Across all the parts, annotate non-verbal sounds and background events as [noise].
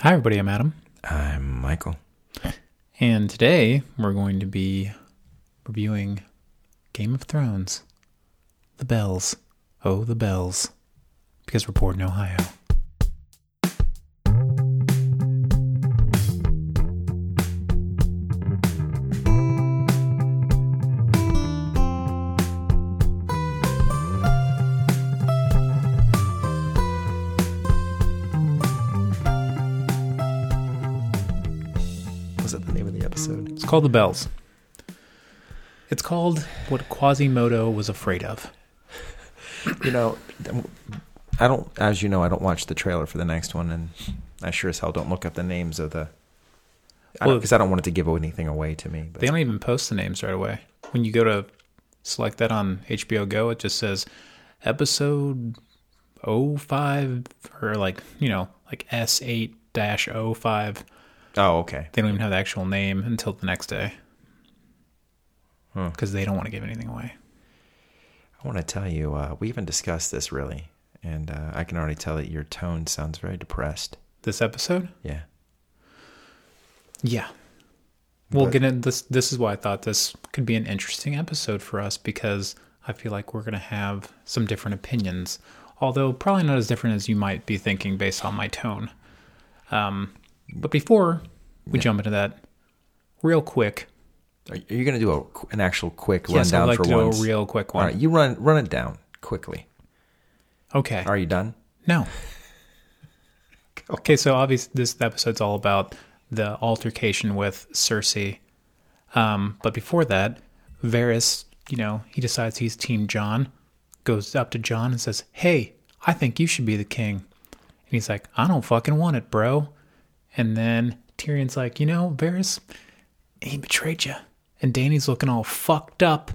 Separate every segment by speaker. Speaker 1: Hi, everybody. I'm Adam.
Speaker 2: I'm Michael.
Speaker 1: And today we're going to be reviewing Game of Thrones The Bells. Oh, the bells. Because we're bored in Ohio.
Speaker 2: Was that the name of the episode?
Speaker 1: It's called The Bells. It's called What Quasimodo Was Afraid of.
Speaker 2: You know, I don't. As you know, I don't watch the trailer for the next one, and I sure as hell don't look up the names of the. Because I,
Speaker 1: Well-
Speaker 2: don't- 'cause I don't want it to give anything away to me. But
Speaker 1: They don't even post the names right away. When you go to select that on HBO Go, it just says episode 05 or like, you know, like S8 05.
Speaker 2: oh, okay.
Speaker 1: They don't even have the actual name until the next day. Because they don't want to give anything away.
Speaker 2: I want to tell you, uh, we even discussed this really, and uh, I can already tell that your tone sounds very depressed.
Speaker 1: This episode?
Speaker 2: Yeah.
Speaker 1: Yeah. We'll
Speaker 2: But-
Speaker 1: get in this this is why I thought this could be an interesting episode for us because I feel like we're gonna have some different opinions. Although probably not as different as you might be thinking based on my tone. Um but before we jump into that, real quick.
Speaker 2: Are are you going to do a, qu- an actual quick
Speaker 1: Yes, I'd
Speaker 2: rundown
Speaker 1: like
Speaker 2: for
Speaker 1: to do a
Speaker 2: once?
Speaker 1: real quick
Speaker 2: All
Speaker 1: one.
Speaker 2: right, you run run it down quickly.
Speaker 1: Okay.
Speaker 2: Are you done?
Speaker 1: No. Okay, so obviously this episode's all about the altercation with Cersei. Um, but before that, Varys, you know, he decides he's Team John, goes up to John and says, Hey, I think you should be the king. And he's like, I don't fucking want it, bro. And then Tyrion's like, You know, Varys, he betrayed you. And Danny's looking all fucked up,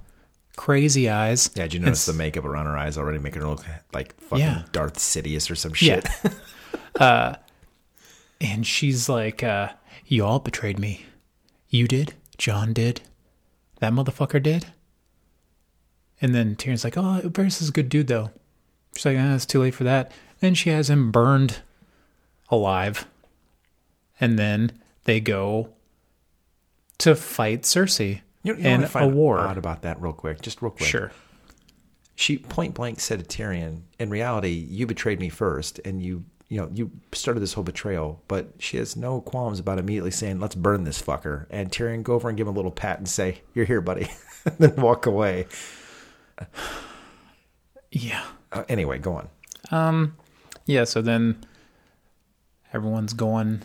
Speaker 1: crazy eyes.
Speaker 2: Yeah, did you notice the makeup around her eyes already making her look like fucking
Speaker 1: Yeah.
Speaker 2: Darth Sidious or some
Speaker 1: Yeah.
Speaker 2: shit?
Speaker 1: And she's like, uh, You all betrayed me. You did. John did. That motherfucker did. And then Tyrion's like, Oh, Varys is a good dude, though. She's like, ah, It's too late for that. Then she has him burned alive. And then they go to fight Cersei
Speaker 2: You know, you know
Speaker 1: in
Speaker 2: what I
Speaker 1: a
Speaker 2: find
Speaker 1: war.
Speaker 2: odd about that real quick, just real quick.
Speaker 1: Sure.
Speaker 2: She point blank said to Tyrion, "In reality, you betrayed me first, and you, you know, you started this whole betrayal." But she has no qualms about immediately saying, "Let's burn this fucker." And Tyrion go over and give him a little pat and say, "You're here, buddy," [laughs] and then walk away.
Speaker 1: Yeah.
Speaker 2: Uh, anyway, go on.
Speaker 1: Yeah, so then everyone's going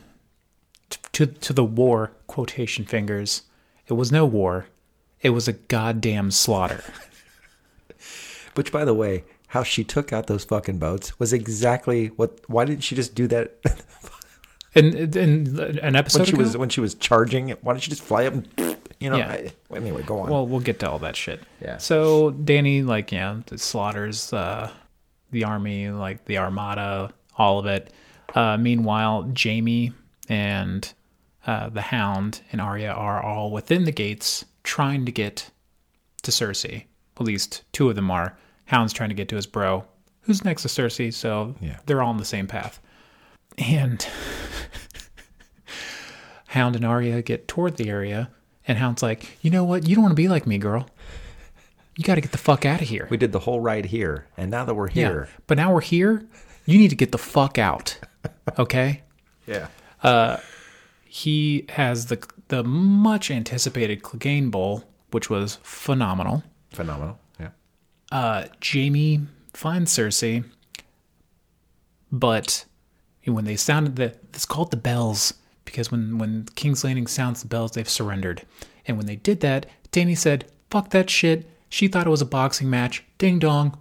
Speaker 1: t- to to the war quotation fingers. It was no war. It was a goddamn slaughter. [laughs]
Speaker 2: Which, by the way, how she took out those fucking boats was exactly what. Why didn't she just do that [laughs]
Speaker 1: And and- and an episode
Speaker 2: when she
Speaker 1: ago?
Speaker 2: was when she was charging? Why didn't she just fly up and, [sniffs] you know?
Speaker 1: Yeah.
Speaker 2: I- anyway, go on.
Speaker 1: Well, we'll get to all that shit.
Speaker 2: Yeah.
Speaker 1: So Danny, like, yeah, slaughters uh, the army, like the armada, all of it. Uh, meanwhile, Jamie and uh, the Hound and Arya are all within the gates trying to get to Cersei. At least two of them are. Hound's trying to get to his bro, who's next to Cersei, so
Speaker 2: Yeah.
Speaker 1: they're all on the same path. And Hound and Arya get toward the area, and Hound's like, "You know what? You don't want to be like me, girl. You got to get the fuck out of here."
Speaker 2: we did the whole ride here, and now that we're here,
Speaker 1: But now we're here. You need to get the fuck out. Okay.
Speaker 2: yeah.
Speaker 1: he has the the much anticipated Clegane Bowl, which was phenomenal.
Speaker 2: Phenomenal. Yeah.
Speaker 1: uh, Jamie finds Cersei, but when they sounded the it's called the bells because when when King's Landing sounds the bells, they've surrendered. And when they did that, Danny said, "Fuck that shit." She thought it was a boxing match. Ding dong,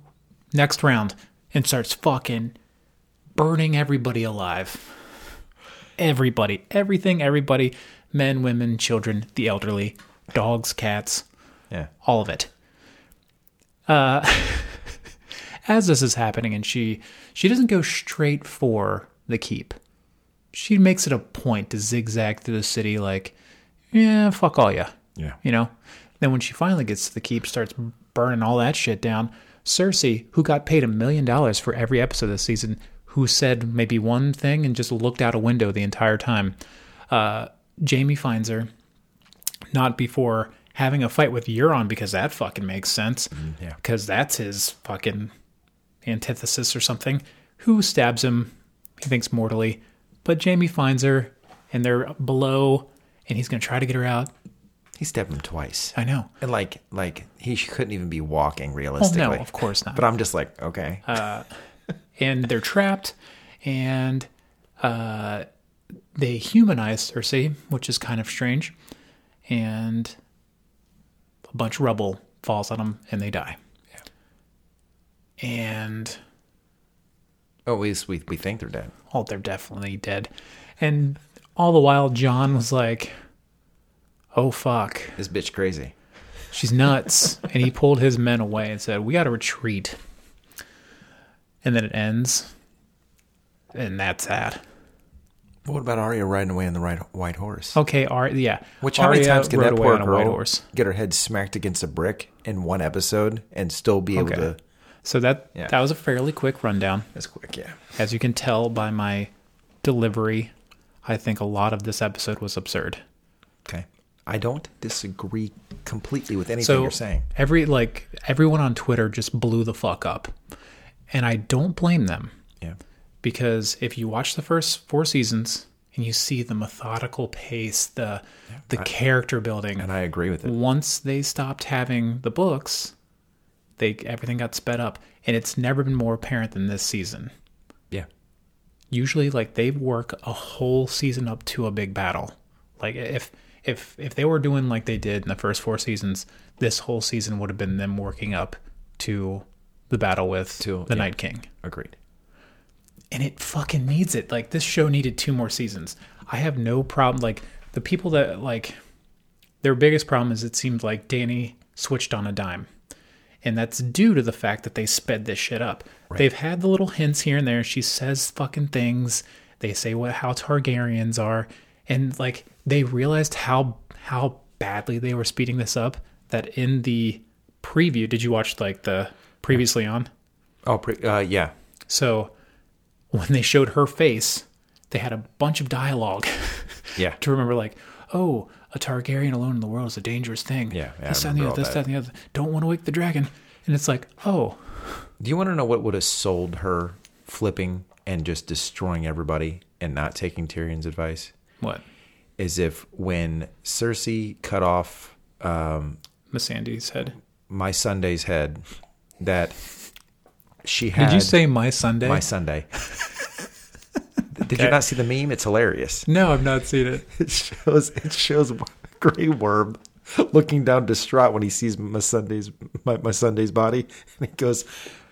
Speaker 1: next round, and starts fucking burning everybody alive. Everybody, everything, everybody, men, women, children, the elderly, dogs, cats,
Speaker 2: Yeah.
Speaker 1: all of it. Uh, as this is happening, and she she doesn't go straight for the keep. She makes it a point to zigzag through the city, like, yeah, fuck all ya.
Speaker 2: Yeah.
Speaker 1: You know. Then when she finally gets to the keep, starts burning all that shit down. Cersei, who got paid a million dollars for every episode this season, who said maybe one thing and just looked out a window the entire time. Uh, Jamie finds her, not before having a fight with Euron because that fucking makes sense.
Speaker 2: Mm, yeah.
Speaker 1: Because that's his fucking antithesis or something. Who stabs him? He thinks mortally. But Jamie finds her and they're below and he's going to try to get her out.
Speaker 2: He stabbed him twice.
Speaker 1: I know.
Speaker 2: And like, like he sh- couldn't even be walking
Speaker 1: Well,
Speaker 2: realistically.
Speaker 1: Oh, no, of course not. Uh,
Speaker 2: But I'm just like, okay.
Speaker 1: and they're trapped and uh, they humanize Cersei, which is kind of strange. And a bunch of rubble falls on them and they die. And
Speaker 2: oh, at least we, we think they're dead.
Speaker 1: oh, they're definitely dead. And all the while, John was like, oh, fuck,
Speaker 2: This bitch crazy.
Speaker 1: she's nuts. and he pulled his men away and said, we got to retreat. And then it ends. And that's that.
Speaker 2: What about Arya riding away on the right, white horse?
Speaker 1: Okay, Ar- yeah.
Speaker 2: Which how many
Speaker 1: Oh, Arya
Speaker 2: times can
Speaker 1: rode
Speaker 2: that
Speaker 1: away
Speaker 2: poor
Speaker 1: on a
Speaker 2: girl
Speaker 1: white horse?
Speaker 2: get her head smacked against a brick in one episode and still be able
Speaker 1: Okay.
Speaker 2: to?
Speaker 1: So that
Speaker 2: Yeah.
Speaker 1: that was a fairly quick rundown.
Speaker 2: That's quick, yeah.
Speaker 1: As you can tell by my delivery, I think a lot of this episode was absurd.
Speaker 2: Okay. I don't disagree completely with anything
Speaker 1: So
Speaker 2: you're saying.
Speaker 1: every like everyone on Twitter just blew the fuck up, and I don't blame them
Speaker 2: Yeah.
Speaker 1: because if you watch the first four seasons and you see the methodical pace, the the character building,
Speaker 2: And I agree with it.
Speaker 1: once they stopped having the books, they everything got sped up, and it's never been more apparent than this season.
Speaker 2: Yeah.
Speaker 1: Usually, like they work a whole season up to a big battle. Like if if if they were doing like they did in the first four seasons, this whole season would have been them working up to the battle with
Speaker 2: To-
Speaker 1: the
Speaker 2: yeah.
Speaker 1: Night King
Speaker 2: Agreed.
Speaker 1: and it fucking needs it. Like this show needed two more seasons. I have no problem. Like the people that like their biggest problem is it seemed like Danny switched on a dime, and that's due to the fact that they sped this shit up. They've had the little hints here and there. She says fucking things. They say what how Targaryens are, and like they realized how how badly they were speeding this up. That in the preview, did you watch like the previously on?
Speaker 2: Oh, pre- uh, yeah.
Speaker 1: So when they showed her face, they had a bunch of dialogue [laughs]
Speaker 2: Yeah.
Speaker 1: to remember, like, oh, a Targaryen alone in the world is a dangerous thing.
Speaker 2: Yeah, yeah, I
Speaker 1: this, that, and the
Speaker 2: remember
Speaker 1: other,
Speaker 2: all
Speaker 1: this, that, and the other. Don't want to wake the dragon. And it's like, oh,
Speaker 2: Do you want to know what would have sold her flipping and just destroying everybody and not taking Tyrion's advice?
Speaker 1: what?
Speaker 2: Is if when Cersei cut off um,
Speaker 1: Miss Sandy said.
Speaker 2: my Sunday's head, that she had
Speaker 1: Did you say my Sunday?
Speaker 2: my Sunday. [laughs] Did you
Speaker 1: Okay.
Speaker 2: not see the meme? It's hilarious.
Speaker 1: no, I've not seen it.
Speaker 2: [laughs] It shows it shows Grey Worm looking down distraught when he sees my Sunday's my, my Sunday's body, and he goes,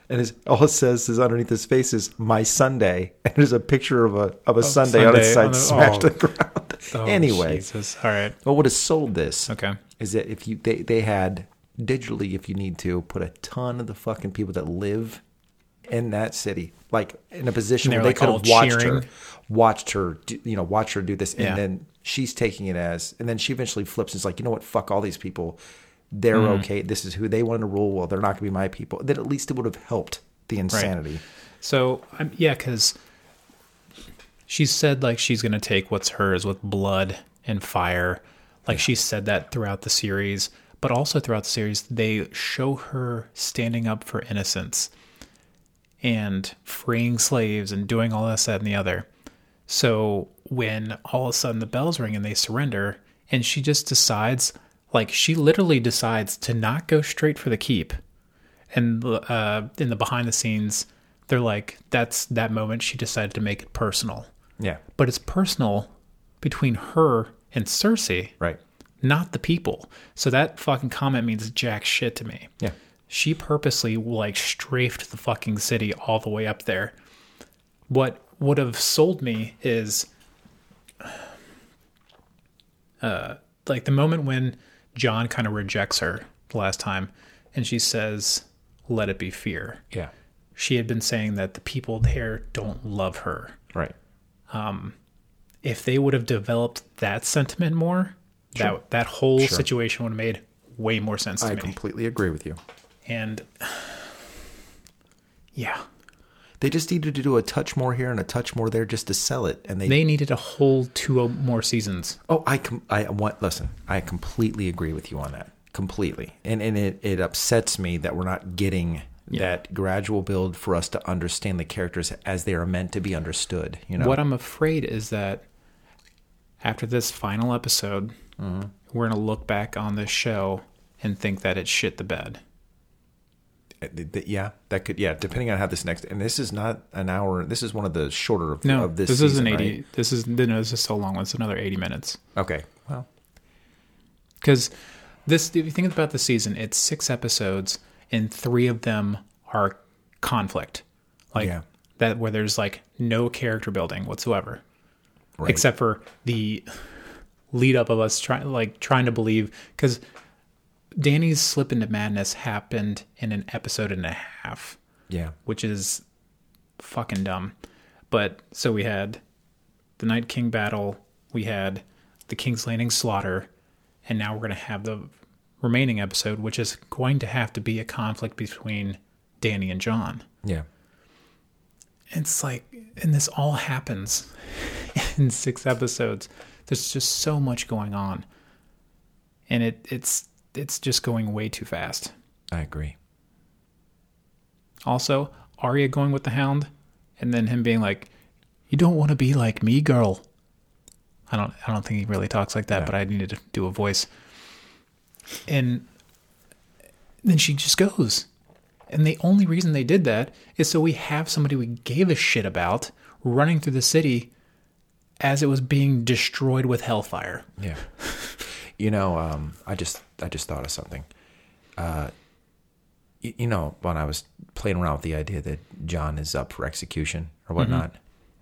Speaker 2: and his, all it says is underneath his face is my Sunday, and there's a picture of a of a Sunday, on his
Speaker 1: Oh, Sunday
Speaker 2: side
Speaker 1: on the-
Speaker 2: smashed
Speaker 1: oh.
Speaker 2: to the ground.
Speaker 1: Oh,
Speaker 2: anyway,
Speaker 1: Jesus. All right.
Speaker 2: what would have sold this?
Speaker 1: Okay.
Speaker 2: is that if you they, they had digitally if you need to put a ton of the fucking people that live in that city like in a position
Speaker 1: And
Speaker 2: where
Speaker 1: they're,
Speaker 2: they
Speaker 1: like,
Speaker 2: could
Speaker 1: all
Speaker 2: have watched
Speaker 1: cheering.
Speaker 2: her watched her do, you know watch her do this and
Speaker 1: Yeah.
Speaker 2: then she's taking it as and then she eventually flips and is like you know what fuck all these people they're
Speaker 1: Mm-hmm.
Speaker 2: okay this is who they want to rule well they're not going to be my people then at least it would have helped the insanity
Speaker 1: So I'm yeah, because she said like she's gonna take what's hers with blood and fire. Like she said that throughout the series, but also throughout the series, they show her standing up for innocence and freeing slaves and doing all this, that, and the other. So when all of a sudden the bells ring and they surrender, and she just decides, like she literally decides to not go straight for the keep and uh, in the behind the scenes, they're like, that's that moment she decided to make it personal.
Speaker 2: yeah
Speaker 1: But it's personal between her and Cersei,
Speaker 2: right
Speaker 1: not the people. So that fucking comment means jack shit to me.
Speaker 2: yeah
Speaker 1: She purposely like strafed the fucking city all the way up there. What would have sold me is [sighs] uh like the moment when John kind of rejects her the last time and she says, "Let it be fear."
Speaker 2: yeah
Speaker 1: she had been saying that the people there don't love her.
Speaker 2: right
Speaker 1: If they would have developed that sentiment more, that that whole
Speaker 2: Sure.
Speaker 1: situation would have made way more sense to
Speaker 2: i
Speaker 1: me.
Speaker 2: completely agree with you
Speaker 1: and [sighs] yeah,
Speaker 2: They just needed to do a touch more here and a touch more there just to sell it, and they.
Speaker 1: They needed a whole two o- more seasons.
Speaker 2: oh, I com- I want listen. I completely agree with you on that. Completely, and and it it upsets me that we're not getting. That gradual build for us to understand the characters as they are meant to be understood. You know,
Speaker 1: What I'm afraid is that after this final episode,
Speaker 2: Mm-hmm.
Speaker 1: we're going to look back on this show and think that it shit the bed.
Speaker 2: Uh, th- th- yeah, that could. Yeah, depending on how this next. And this is not an hour. This is one of the shorter of,
Speaker 1: No,
Speaker 2: of
Speaker 1: this,
Speaker 2: this.
Speaker 1: is
Speaker 2: season,
Speaker 1: an 80.
Speaker 2: right?
Speaker 1: This is no, this is so long. It's another 80 minutes.
Speaker 2: Okay. Well,
Speaker 1: Because this, if you think about the season, it's six episodes, and three of them are conflict, like
Speaker 2: Yeah.
Speaker 1: that, where there's like no character building whatsoever,
Speaker 2: Right.
Speaker 1: except for the lead up of us trying, like trying to believe, because Danny's slip into madness happened in an episode and a half
Speaker 2: yeah.
Speaker 1: which is fucking dumb. But so we had the Night King battle, we had the King's Landing slaughter, and now we're going to have the remaining episode, which is going to have to be a conflict between Danny and John.
Speaker 2: Yeah.
Speaker 1: It's like, and this all happens [laughs] in six episodes. There's just so much going on, and it it's it's just going way too fast.
Speaker 2: I agree.
Speaker 1: Also, Arya going with the Hound, and then him being like, "You don't want to be like me, girl." I don't. I don't think he really talks like that, but I needed to do a voice. And then she just goes, and the only reason they did that is so we have somebody we gave a shit about running through the city as it was being destroyed with hellfire.
Speaker 2: Yeah. [laughs] you know, um, I just I just thought of something. Uh, y- you know, when I was playing around with the idea that John is up for execution or
Speaker 1: Mm-hmm.
Speaker 2: whatnot,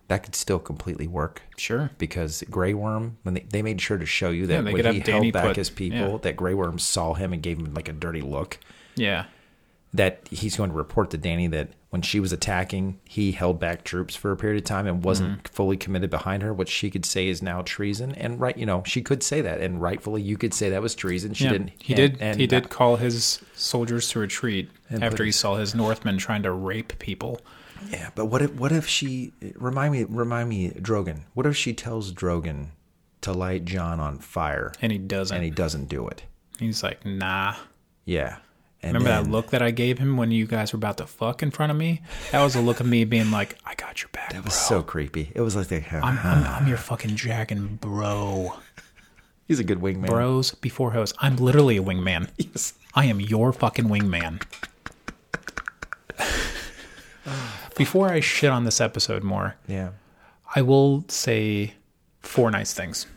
Speaker 2: that could still completely work.
Speaker 1: Sure.
Speaker 2: Because Grey Worm, when they, they made sure to show you
Speaker 1: Yeah,
Speaker 2: that
Speaker 1: they
Speaker 2: when
Speaker 1: could
Speaker 2: he
Speaker 1: have
Speaker 2: held
Speaker 1: Danny
Speaker 2: back
Speaker 1: put-
Speaker 2: his people,
Speaker 1: yeah.
Speaker 2: that Grey Worm saw him and gave him like a dirty look.
Speaker 1: Yeah.
Speaker 2: that he's going to report to Danny that when she was attacking, he held back troops for a period of time and wasn't
Speaker 1: Mm-hmm.
Speaker 2: fully committed behind her, which she could say is now treason. And right, you know, she could say that, and rightfully, you could say that was treason. She
Speaker 1: yeah.
Speaker 2: didn't.
Speaker 1: He
Speaker 2: and-
Speaker 1: did.
Speaker 2: and
Speaker 1: he did call his soldiers to retreat
Speaker 2: And
Speaker 1: after
Speaker 2: put-
Speaker 1: he saw his Northmen trying to rape people.
Speaker 2: yeah, but what if? What if she? Remind me. Remind me, Drogon. What if she tells Drogon to light John on fire
Speaker 1: and he doesn't.
Speaker 2: and he doesn't do it?
Speaker 1: He's like, nah.
Speaker 2: Yeah. And
Speaker 1: Remember
Speaker 2: then-
Speaker 1: that look that I gave him when you guys were about to fuck in front of me? That was a look of me being like, I got your back,
Speaker 2: It
Speaker 1: bro.
Speaker 2: was so creepy. It was like they,
Speaker 1: I'm, I'm, I'm your fucking dragon, bro.
Speaker 2: he's a good wingman.
Speaker 1: Bros before hoes. I'm literally a wingman. I am your fucking wingman. before I shit on this episode more,
Speaker 2: Yeah.
Speaker 1: I will say four nice things.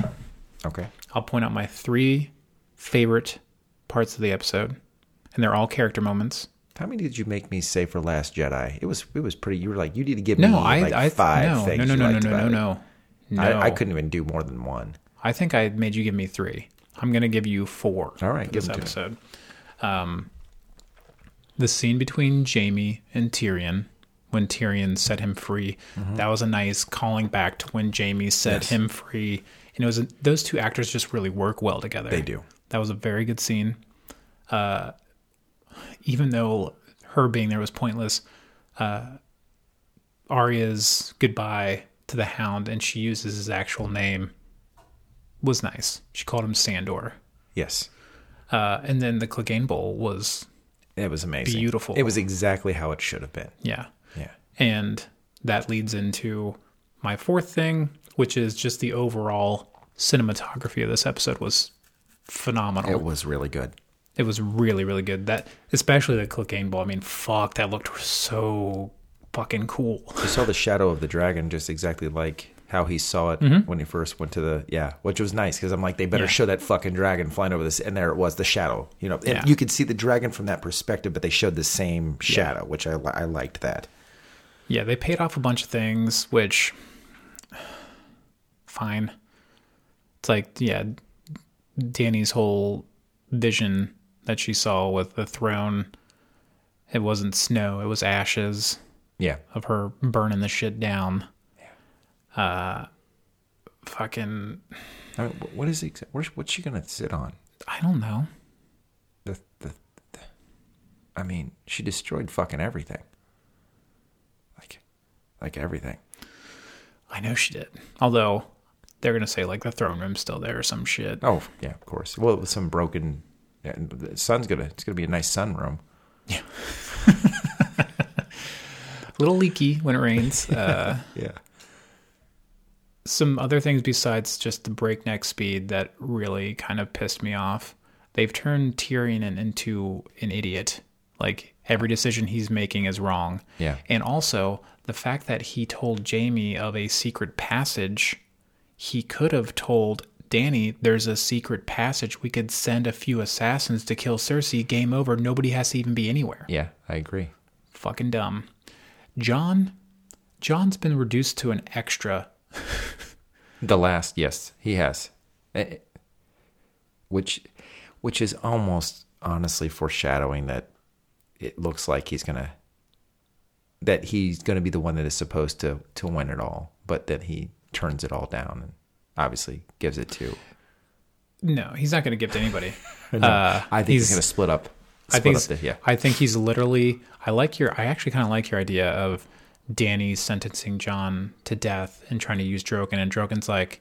Speaker 2: Okay.
Speaker 1: I'll point out my three favorite parts of the episode, and they're all character moments.
Speaker 2: How many did you make me say for Last Jedi? It was it was pretty. You were like you need to give me
Speaker 1: No, I,
Speaker 2: like
Speaker 1: I
Speaker 2: five
Speaker 1: no,
Speaker 2: things.
Speaker 1: No, no,
Speaker 2: you
Speaker 1: no,
Speaker 2: liked
Speaker 1: no, no,
Speaker 2: about it.
Speaker 1: no, no.
Speaker 2: I, I couldn't even do more than one.
Speaker 1: I think I made you give me three. I'm gonna give you four.
Speaker 2: All right,
Speaker 1: for
Speaker 2: give
Speaker 1: this
Speaker 2: them to me.
Speaker 1: episode. Um, the scene between Jamie and Tyrion, when Tyrion set him free,
Speaker 2: Mm-hmm.
Speaker 1: that was a nice calling back to when Jamie set him free, and it was a, those two actors just really work well together.
Speaker 2: They do.
Speaker 1: That was a very good scene. Uh, even though her being there was pointless, uh, Arya's goodbye to the Hound, and she uses his actual name was nice. She called him Sandor.
Speaker 2: Yes,
Speaker 1: Uh, and then the Clegane Bowl was,
Speaker 2: it was amazing.
Speaker 1: Beautiful.
Speaker 2: It was exactly how it should have been.
Speaker 1: yeah.
Speaker 2: Yeah.
Speaker 1: And that leads into my fourth thing, which is just the overall cinematography of this episode was phenomenal.
Speaker 2: It was really good.
Speaker 1: It was really, really good. That, especially the Clegane Bowl. I mean, fuck, that looked so fucking cool.
Speaker 2: You saw the shadow of the dragon just exactly like how he saw it when he first went to the yeah, which was nice because I'm like they better
Speaker 1: Mm-hmm. Yeah.
Speaker 2: show that fucking dragon flying over this, and there it was the shadow. You know, and
Speaker 1: Yeah.
Speaker 2: you could see the dragon from that perspective, but they showed the same shadow, which I li- I liked that.
Speaker 1: Yeah, they paid off a bunch of things, which [sighs] fine. It's like, yeah, Danny's whole vision that she saw with the throne. It wasn't snow, it was ashes
Speaker 2: Yeah.
Speaker 1: of her burning the shit down. Uh fucking
Speaker 2: I mean, wh- what is he? Where's, what's she gonna sit on?
Speaker 1: I don't know.
Speaker 2: The, the, the, I mean, she destroyed fucking everything. Like, like everything.
Speaker 1: I know she did. Although they're gonna say like the throne room's still there or some shit.
Speaker 2: Oh yeah, of course. Well, with some broken, yeah, the sun's gonna it's gonna be a nice sunroom.
Speaker 1: A little leaky when it rains. Uh,
Speaker 2: Yeah,
Speaker 1: some other things besides just the breakneck speed that really kind of pissed me off. They've turned Tyrion in- into an idiot. Like every decision he's making is wrong.
Speaker 2: Yeah.
Speaker 1: And also the fact that he told Jamie of a secret passage, he could have told Danny, there's a secret passage. We could send a few assassins to kill Cersei. Game over. Nobody has to even be anywhere
Speaker 2: yeah, I agree.
Speaker 1: fucking dumb. John, John's been reduced to an extra.
Speaker 2: The last, yes, he has, Eh, which, which is almost honestly foreshadowing that it looks like he's gonna, that he's gonna be the one that is supposed to to win it all, but that he turns it all down and obviously gives it to.
Speaker 1: No, he's not going to give to anybody.
Speaker 2: [laughs]
Speaker 1: uh,
Speaker 2: I think he's,
Speaker 1: he's-
Speaker 2: gonna split up.
Speaker 1: I
Speaker 2: Split
Speaker 1: think,
Speaker 2: up
Speaker 1: he's-
Speaker 2: the, yeah,
Speaker 1: I think he's literally. I like your. I actually kind of like your idea of Danny sentencing John to death and trying to use Drogon, and Drogon's like,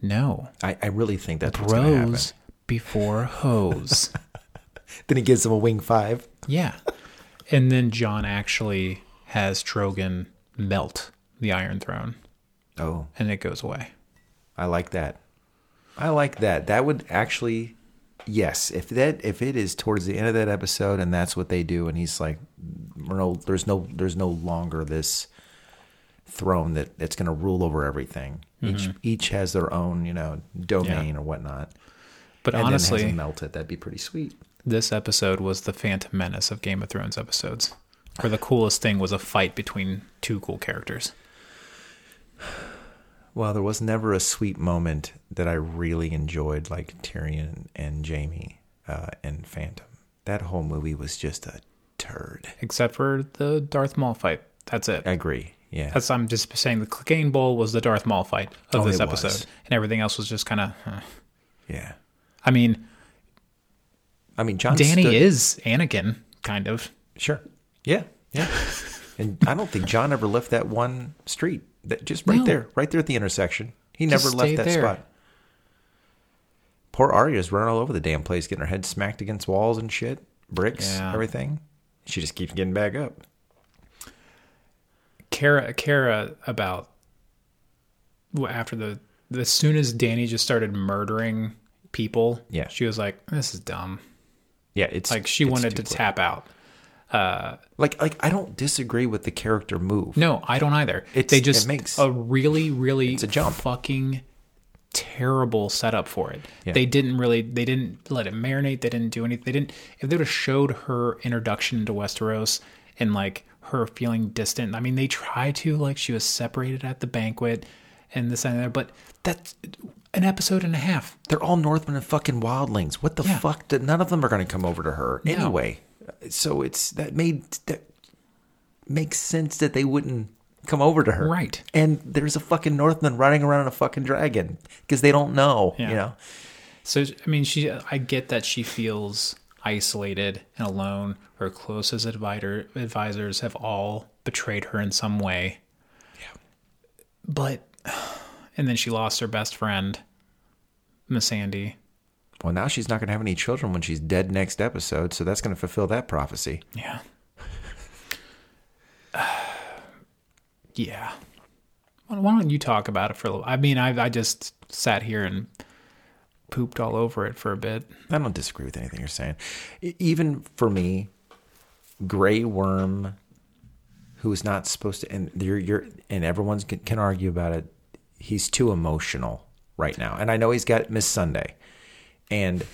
Speaker 1: no,
Speaker 2: I, I really think that's what's gonna happen.
Speaker 1: bros before
Speaker 2: [laughs]
Speaker 1: hoes.
Speaker 2: Then he gives him a wing five.
Speaker 1: yeah, and then John actually has Drogon melt the Iron Throne,
Speaker 2: Oh,
Speaker 1: and it goes away.
Speaker 2: I like that. I like that. That would actually, yes. If that if it is towards the end of that episode and that's what they do, and he's like, no, there's no, there's no longer this throne that that's going to rule over everything.
Speaker 1: Mm-hmm.
Speaker 2: Each each has their own, you know, domain or whatnot.
Speaker 1: But
Speaker 2: And
Speaker 1: honestly,
Speaker 2: then has them melt it. That'd be pretty sweet.
Speaker 1: this episode was the Phantom Menace of Game of Thrones episodes, where the coolest thing was a fight between two cool characters.
Speaker 2: Well, there was never a sweet moment that I really enjoyed, like Tyrion and Jamie uh, and Phantom. That whole movie was just a turd.
Speaker 1: Except for the Darth Maul fight. That's it.
Speaker 2: I agree. Yeah.
Speaker 1: That's I'm just saying the Clegane Bowl was the Darth Maul fight of
Speaker 2: Oh,
Speaker 1: this
Speaker 2: it was.
Speaker 1: episode, and everything else was just kind of.
Speaker 2: yeah.
Speaker 1: I mean,
Speaker 2: I mean, John.
Speaker 1: Danny
Speaker 2: stood-
Speaker 1: is Anakin, kind of.
Speaker 2: sure. Yeah. Yeah. [laughs] and I don't think John ever left that one street. That just right
Speaker 1: No.
Speaker 2: there, right there at the intersection. He
Speaker 1: Just
Speaker 2: never left
Speaker 1: stayed
Speaker 2: that
Speaker 1: there.
Speaker 2: spot. Poor Arya's running all over the damn place, getting her head smacked against walls and shit, bricks,
Speaker 1: Yeah.
Speaker 2: everything. She just keeps getting back up.
Speaker 1: Kara, Kara about well, after the as soon as Danny just started murdering people,
Speaker 2: Yeah.
Speaker 1: she was like, "This is dumb."
Speaker 2: Yeah, it's
Speaker 1: Like she
Speaker 2: it's
Speaker 1: wanted to
Speaker 2: too close.
Speaker 1: tap out.
Speaker 2: Like, like I don't disagree with the character move.
Speaker 1: No, I don't either.
Speaker 2: It's-
Speaker 1: they just
Speaker 2: it makes-
Speaker 1: a really, really it's
Speaker 2: a jump.
Speaker 1: fucking terrible setup for it.
Speaker 2: Yeah.
Speaker 1: They didn't really they didn't let it marinate, they didn't do anything. They didn't if they would have showed her introduction to Westeros and like her feeling distant. I mean, they try to like she was separated at the banquet and this and that, but that's an episode and a half.
Speaker 2: They're all Northmen and fucking wildlings. What the
Speaker 1: Yeah.
Speaker 2: fuck? Did, none of them are going to come over to her anyway. So it's that made that makes sense that they wouldn't come over to her,
Speaker 1: Right.
Speaker 2: And there's a fucking Northman riding around on a fucking dragon because they don't know,
Speaker 1: Yeah.
Speaker 2: you know.
Speaker 1: So I mean, she. I get that she feels isolated and alone. Her closest advisor, advisors have all betrayed her in some way. Yeah. But, [sighs] and then she lost her best friend, Miss Andy.
Speaker 2: Well, now she's not going to have any children when she's dead next episode, so that's going to fulfill that prophecy.
Speaker 1: Yeah. [sighs] yeah. Why why don't you talk about it for a little? I mean, I I just sat here and pooped all over it for a bit.
Speaker 2: I don't disagree with anything you're saying. E- Even for me, Grey Worm, who is not supposed to, and you're, you're and everyone can, can argue about it. He's too emotional right now, and I know he's got Miss Sunday, and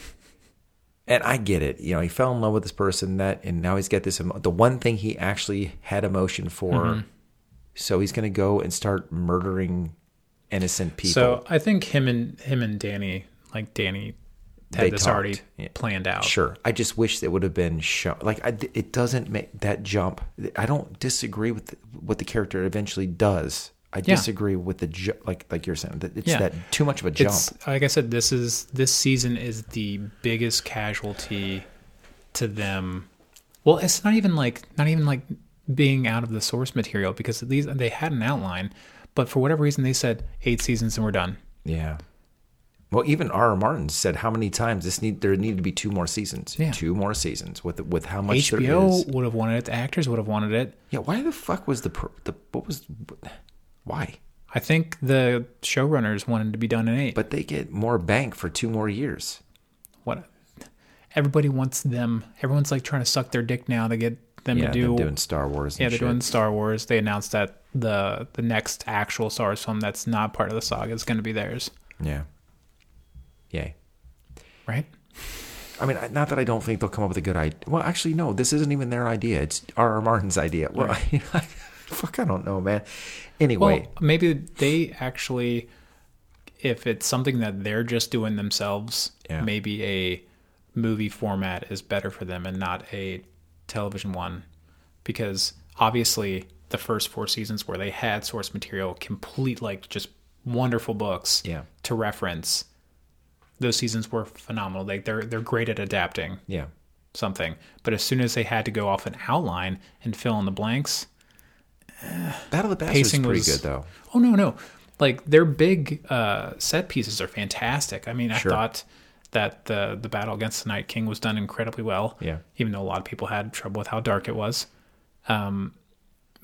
Speaker 2: and I get it. You know, he fell in love with this person that, and now he's got this emo- the one thing he actually had emotion for. So he's going to go and start murdering innocent people.
Speaker 1: So I think him and him and Danny, like Danny, had
Speaker 2: They
Speaker 1: this
Speaker 2: talked.
Speaker 1: already
Speaker 2: Yeah.
Speaker 1: planned out.
Speaker 2: Sure. I just wish it would have been shown. Like, I, it doesn't make that jump. I don't disagree with what the character eventually does. I disagree with the ju- like like you're saying that it's
Speaker 1: Yeah.
Speaker 2: that too much of a jump.
Speaker 1: It's like I said, this is this season is the biggest casualty to them. Well, it's not even like not even like being out of the source material because these they had an outline, but for whatever reason they said eight seasons and we're done.
Speaker 2: Yeah. Well, even R. R. Martin said how many times this need there needed to be two more seasons.
Speaker 1: Yeah.
Speaker 2: Two more seasons with with how much there
Speaker 1: HBO
Speaker 2: is.
Speaker 1: would have wanted it. The actors would have wanted it.
Speaker 2: Yeah. Why the fuck was the pr- the what was why?
Speaker 1: I think the showrunners wanted to be done in eight.
Speaker 2: But they get more bank for two more years.
Speaker 1: what everybody wants them. Everyone's like trying to suck their dick now to get them
Speaker 2: yeah,
Speaker 1: to do.
Speaker 2: they're doing Star Wars. And
Speaker 1: yeah, they're
Speaker 2: shit.
Speaker 1: doing Star Wars. They announced that the the next actual Star Wars film that's not part of the saga is going to be theirs,
Speaker 2: Yeah. Yay.
Speaker 1: right?
Speaker 2: I mean, I- not that I don't think they'll come up with a good idea. Well, actually, no, this isn't even their idea. It's R. R. Martin's idea. Well, fuck, [laughs] I don't know, man.
Speaker 1: Well,
Speaker 2: Anyway,
Speaker 1: maybe they actually, if it's something that they're just doing themselves,
Speaker 2: Yeah.
Speaker 1: maybe a movie format is better for them and not a television one. Because obviously, the first four seasons where they had source material, complete, like just wonderful books
Speaker 2: Yeah.
Speaker 1: to reference, those seasons were phenomenal. Like they're they're great at adapting
Speaker 2: yeah,
Speaker 1: something. But as soon as they had to go off an outline and fill in the blanks,
Speaker 2: Battle of the Bastards is
Speaker 1: pacing
Speaker 2: pretty
Speaker 1: was-
Speaker 2: good though.
Speaker 1: Oh no, no. Like their big uh, set pieces are fantastic. I mean, I
Speaker 2: Sure.
Speaker 1: thought that the the battle against the Night King was done incredibly well.
Speaker 2: Yeah.
Speaker 1: Even though a lot of people had trouble with how dark it was. Um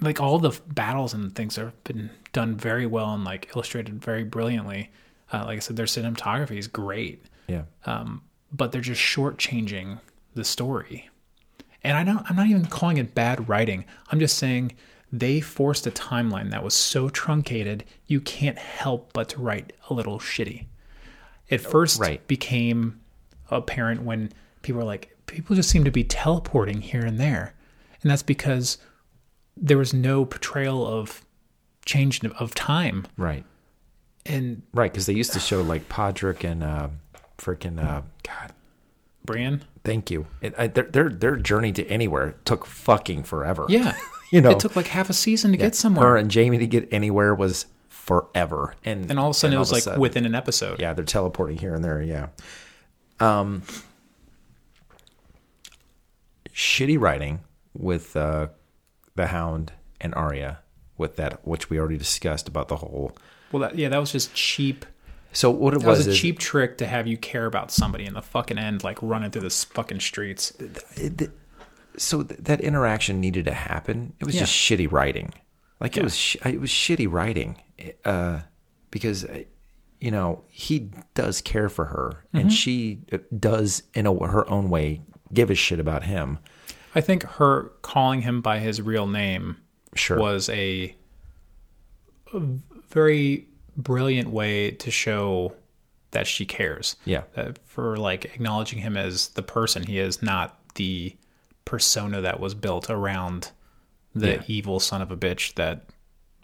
Speaker 1: like all the battles and things have been done very well and like illustrated very brilliantly. Uh, like I said, their cinematography is great
Speaker 2: Yeah,
Speaker 1: uh, but they're just shortchanging the story. And I don't, I'm not even calling it bad writing. I'm just saying they forced a timeline that was so truncated, you can't help but to write a little shitty. It first
Speaker 2: Oh, Right.
Speaker 1: became apparent when people were like, people just seem to be teleporting here and there. And that's because there was no portrayal of change of time.
Speaker 2: right,
Speaker 1: And
Speaker 2: right. Because they used to show like Podrick and uh, freaking uh, God.
Speaker 1: Brian,
Speaker 2: Thank you. It, I, their, their their journey to anywhere took fucking forever.
Speaker 1: yeah,
Speaker 2: [laughs] You know.
Speaker 1: it took like half a season to get somewhere.
Speaker 2: her and Jamie to get anywhere was forever. And
Speaker 1: and all of a sudden it was like
Speaker 2: sudden-
Speaker 1: within an episode.
Speaker 2: yeah, they're teleporting here and there. Yeah. Um, shitty writing with uh, the Hound and Arya with that, which we already discussed about the whole.
Speaker 1: Well, that, yeah, that was just cheap.
Speaker 2: So what it
Speaker 1: That was,
Speaker 2: was,
Speaker 1: a
Speaker 2: is-
Speaker 1: cheap trick to have you care about somebody in the fucking end, like running through the s- fucking streets.
Speaker 2: it- th- so th- that interaction needed to happen. It was
Speaker 1: Yeah.
Speaker 2: just shitty writing. Like
Speaker 1: Yeah.
Speaker 2: it was sh- it was shitty writing. Uh, because uh, you know, he does care for her
Speaker 1: Mm-hmm.
Speaker 2: and she uh, does in a, her own way give a shit about him.
Speaker 1: I think her calling him by his real name
Speaker 2: Sure.
Speaker 1: was a, a very brilliant way to show that she cares.
Speaker 2: Yeah.
Speaker 1: Uh, for like acknowledging him as the person he is, not the persona that was built around the
Speaker 2: Yeah.
Speaker 1: evil son of a bitch that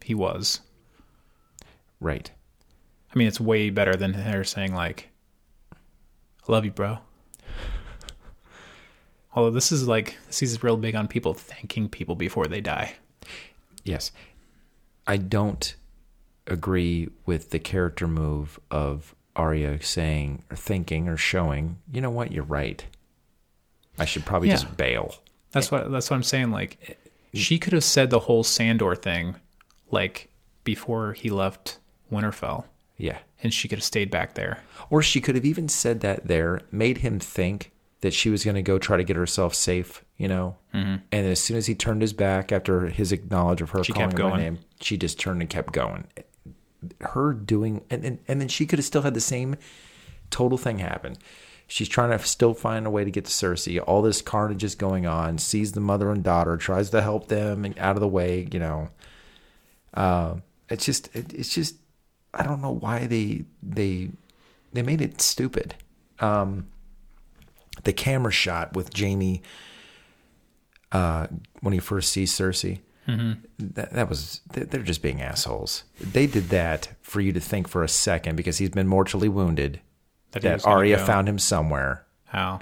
Speaker 1: he was.
Speaker 2: Right.
Speaker 1: I mean, it's way better than her saying like, "I love you, bro." Although this is like this is real big on people thanking people before they die.
Speaker 2: Yes. I don't agree with the character move of Arya saying or thinking or showing, you know what, you're right. I should probably
Speaker 1: Yeah.
Speaker 2: just bail.
Speaker 1: That's what that's what I'm saying. Like, she could have said the whole Sandor thing, like before he left Winterfell,
Speaker 2: Yeah.
Speaker 1: and she could have stayed back there.
Speaker 2: Or she could have even said that there, made him think that she was going to go try to get herself safe, you know? Mm-hmm. And as soon as he turned his back after his acknowledge of her
Speaker 1: She
Speaker 2: calling
Speaker 1: kept
Speaker 2: her by
Speaker 1: going.
Speaker 2: name, she just turned and kept going. Her doing, and, and, and then she could have still had the same total thing happen. She's trying to still find a way to get to Cersei. All this carnage is going on, sees the mother and daughter, tries to help them and out of the way, you know? it's just it, it's just I don't know why they they they made it stupid. Um, the camera shot with Jamie uh, when he first sees Cersei.
Speaker 1: Mm-hmm.
Speaker 2: That, that was they- they're just being assholes. They did that for you to think for a second because he's been mortally wounded.
Speaker 1: That
Speaker 2: That,
Speaker 1: he was gonna
Speaker 2: Arya
Speaker 1: go.
Speaker 2: found him somewhere,
Speaker 1: How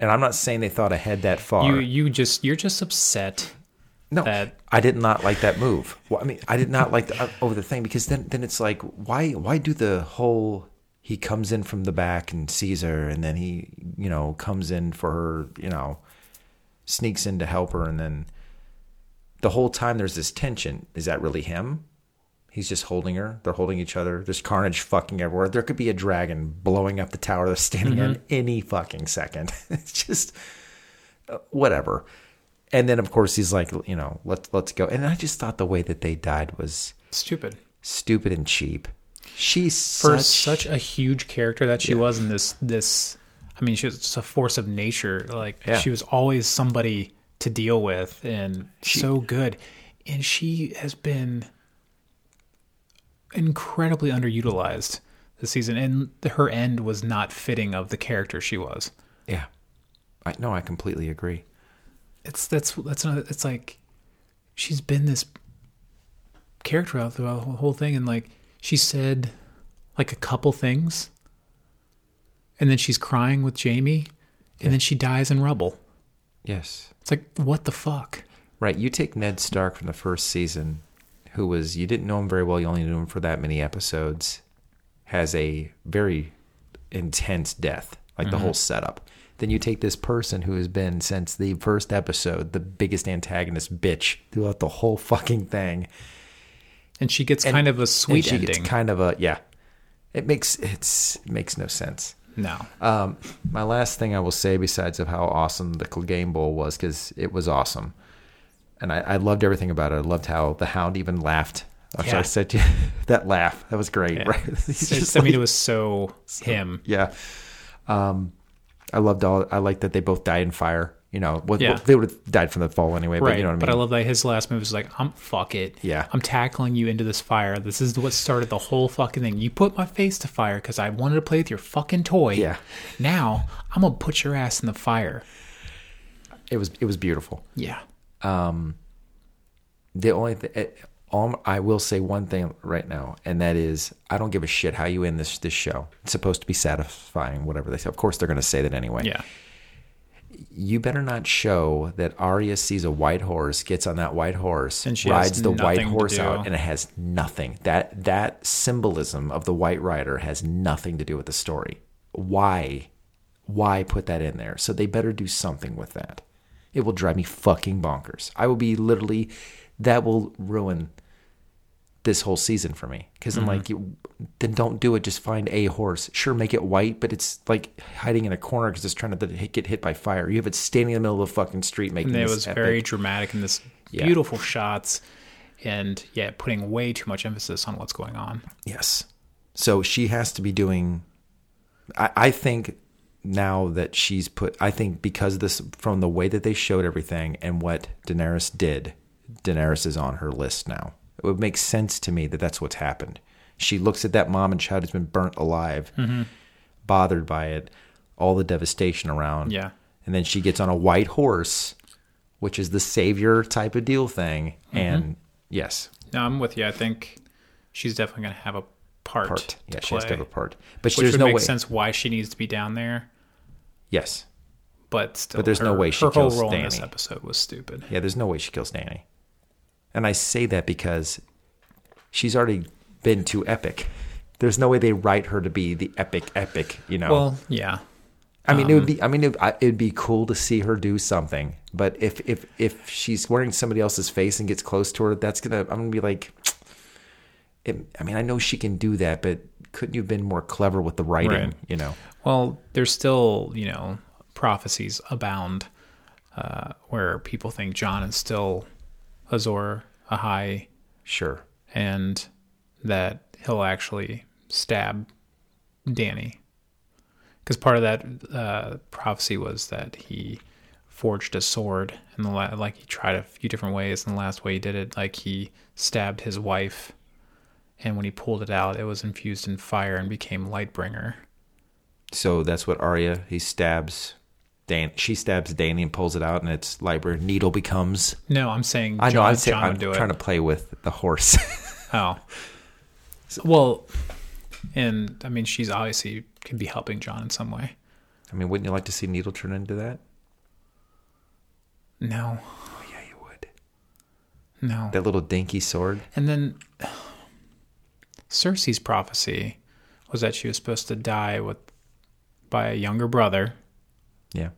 Speaker 2: and I'm not saying they thought ahead that far.
Speaker 1: you you just you're just upset.
Speaker 2: No,
Speaker 1: that-
Speaker 2: I did not like that move. Well, I mean, I did not like the, uh, over the thing because then then it's like why why do the whole he comes in from the back and sees her and then he you know comes in for her you know sneaks in to help her and then the whole time there's this tension. Is that really him? He's just holding her. They're holding each other. There's carnage fucking everywhere. There could be a dragon blowing up the tower they're standing in any fucking second. [laughs] it's just uh, whatever. And then of course he's like, you know, let's let's go. And I just thought the way that they died was
Speaker 1: Stupid.
Speaker 2: stupid and cheap. She's
Speaker 1: For
Speaker 2: such
Speaker 1: such, a huge character that she was in this this I mean, she was just a force of nature. Like
Speaker 2: Yeah.
Speaker 1: she was always somebody to deal with and so good. And she has been incredibly underutilized this season and her end was not fitting of the character she was.
Speaker 2: yeah. I no, I completely agree.
Speaker 1: it's that's that's another it's like she's been this character out throughout the whole thing and like she said like a couple things and then she's crying with Jamie and then she dies in rubble.
Speaker 2: Yes.
Speaker 1: It's like what the fuck?
Speaker 2: Right. You take Ned Stark from the first season, who was, you didn't know him very well, you only knew him for that many episodes, has a very intense death, like the whole setup. Then you take this person who has been, since the first episode, the biggest antagonist bitch throughout the whole fucking thing.
Speaker 1: And she gets kind of a
Speaker 2: And
Speaker 1: sweet
Speaker 2: she
Speaker 1: ending.
Speaker 2: gets kind of a, yeah. It makes, it's, it makes no sense.
Speaker 1: no. [laughs]
Speaker 2: Um, my last thing I will say, besides of how awesome the game bowl was, because it was awesome, and I, I loved everything about it. I loved how the hound even laughed. I'm
Speaker 1: Yeah.
Speaker 2: sorry, I said [laughs] to you, that laugh. That was great. Right? [laughs] He's
Speaker 1: It's-
Speaker 2: just
Speaker 1: I mean
Speaker 2: like-
Speaker 1: it was so, him.
Speaker 2: yeah. Um, I loved all. I liked that they both died in fire. You know, what,
Speaker 1: Yeah.
Speaker 2: what- they would have died from the fall anyway.
Speaker 1: Right.
Speaker 2: But you know what I mean.
Speaker 1: But I love that his last move was like, I'm fuck it.
Speaker 2: Yeah.
Speaker 1: I'm tackling you into this fire. This is what started the whole fucking thing. You put my face to fire because I wanted to play with your fucking toy.
Speaker 2: Yeah.
Speaker 1: Now I'm gonna put your ass in the fire.
Speaker 2: it was it was beautiful.
Speaker 1: Yeah.
Speaker 2: the only thing all I will say one thing right now, and that is I don't give a shit how you end this this show. It's supposed to be satisfying, whatever they say. Of course, they're going to say that anyway.
Speaker 1: Yeah.
Speaker 2: You better not show that Arya sees a white horse, gets on that white horse,
Speaker 1: And she has
Speaker 2: rides the white
Speaker 1: nothing to
Speaker 2: horse
Speaker 1: do.
Speaker 2: out, and it has nothing. That that symbolism of the white rider has nothing to do with the story. Why, why put that in there? So they better do something with that. It will drive me fucking bonkers. I will be literally. That will ruin this whole season for me because
Speaker 1: Mm-hmm.
Speaker 2: I'm like, you, then don't do it. Just find a horse. Sure, make it white, but it's like hiding in a corner because it's trying to th- get hit by fire. You have it standing in the middle of the fucking street making
Speaker 1: And it
Speaker 2: this
Speaker 1: was
Speaker 2: epic-
Speaker 1: very dramatic in this
Speaker 2: Yeah.
Speaker 1: beautiful shots and yeah, putting way too much emphasis on what's going on.
Speaker 2: yes. So she has to be doing. I, I think now that she's put, I think because of this from the way that they showed everything and what Daenerys did, Daenerys is on her list now. It would make sense to me that that's what's happened. She looks at that mom and child who's been burnt alive.
Speaker 1: Mm-hmm.
Speaker 2: bothered by it, all the devastation around.
Speaker 1: Yeah.
Speaker 2: And then she gets on a white horse, which is the savior type of deal thing.
Speaker 1: Mm-hmm.
Speaker 2: And yes,
Speaker 1: No, I'm with you. I think she's definitely gonna have a part.
Speaker 2: part.
Speaker 1: to
Speaker 2: Yeah, she has to
Speaker 1: play,
Speaker 2: have a part. But
Speaker 1: Which
Speaker 2: there's
Speaker 1: would
Speaker 2: no
Speaker 1: make
Speaker 2: way.
Speaker 1: sense why she needs to be down there.
Speaker 2: Yes.
Speaker 1: But still,
Speaker 2: But there's no
Speaker 1: her-
Speaker 2: way she
Speaker 1: her whole
Speaker 2: kills
Speaker 1: role in this
Speaker 2: Dany.
Speaker 1: episode was stupid.
Speaker 2: Yeah, there's no way she kills Danny. And I say that because she's already been too epic. There's no way they write her to be the epic, epic, you know.
Speaker 1: Well, um, yeah.
Speaker 2: I mean, it would be. I mean, it, I- it'd be cool to see her do something. But if if if she's wearing somebody else's face and gets close to her, that's gonna. I'm gonna be like. It, I mean, I know she can do that, but couldn't you have been more clever with the writing?
Speaker 1: Right.
Speaker 2: You know.
Speaker 1: Well, there's still, you know, prophecies abound uh, where people think John is still Azor Ahai
Speaker 2: Sure.
Speaker 1: and that he'll actually stab Danny. Because part of that uh, prophecy was that he forged a sword, and the la- like he tried a few different ways, and the last way he did it, like he stabbed his wife, and when he pulled it out, it was infused in fire and became Lightbringer.
Speaker 2: So that's what Arya. He stabs. Dan. She stabs Danny and pulls it out, and it's library needle becomes.
Speaker 1: No, I'm saying
Speaker 2: I
Speaker 1: John,
Speaker 2: know. I'm, saying,
Speaker 1: John
Speaker 2: I'm
Speaker 1: would do
Speaker 2: trying
Speaker 1: it.
Speaker 2: to play with the horse. [laughs]
Speaker 1: Oh. well, and I mean, she's obviously could be helping John in some way.
Speaker 2: I mean, wouldn't you like to see Needle turn into that?
Speaker 1: No,
Speaker 2: Oh yeah, you would.
Speaker 1: no.
Speaker 2: That little dinky sword.
Speaker 1: And then [sighs] Cersei's prophecy was that she was supposed to die with by a younger brother
Speaker 2: Yeah.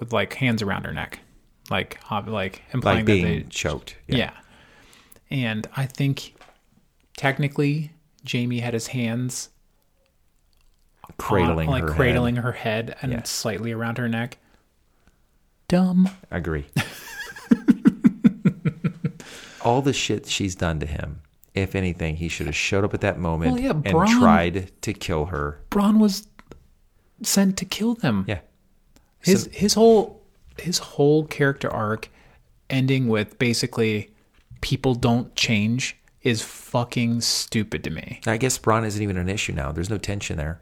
Speaker 1: with like hands around her neck. like ob- like implying
Speaker 2: like
Speaker 1: that
Speaker 2: being
Speaker 1: they
Speaker 2: choked.
Speaker 1: yeah. And I think technically Jamie had his hands
Speaker 2: cradling
Speaker 1: on, like
Speaker 2: her head.
Speaker 1: cradling her head and
Speaker 2: Yeah.
Speaker 1: slightly around her neck. Dumb. [laughs]
Speaker 2: Agree. All the shit she's done to him. If anything, he should have showed up at that moment
Speaker 1: Well, yeah,
Speaker 2: and
Speaker 1: Bron-
Speaker 2: tried to kill her.
Speaker 1: Braun was sent to kill them.
Speaker 2: Yeah.
Speaker 1: His his whole his whole character arc ending with basically people don't change is fucking stupid to me.
Speaker 2: I guess Braun isn't even an issue now. There's no tension there.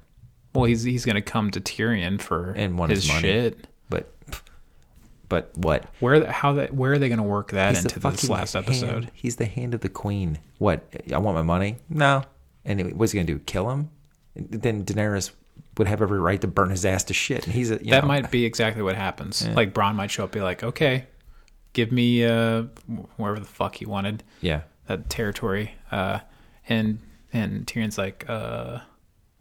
Speaker 1: Well, he's he's going to come to Tyrion for
Speaker 2: And want
Speaker 1: his
Speaker 2: his money.
Speaker 1: shit.
Speaker 2: But but what?
Speaker 1: Where how that where are they going to work that into this
Speaker 2: fucking
Speaker 1: last
Speaker 2: hand-
Speaker 1: episode?
Speaker 2: He's the hand of the queen. What? I want my money? No. And what's he going to do? Kill him? Then Daenerys would have every right to burn his ass to shit. And he's a, you
Speaker 1: that
Speaker 2: know,
Speaker 1: might be exactly what happens. Like Braun might show up, and be like, "Okay, give me uh, wh- wherever the fuck he wanted
Speaker 2: Yeah.
Speaker 1: that territory," uh, and and Tyrion's like, uh,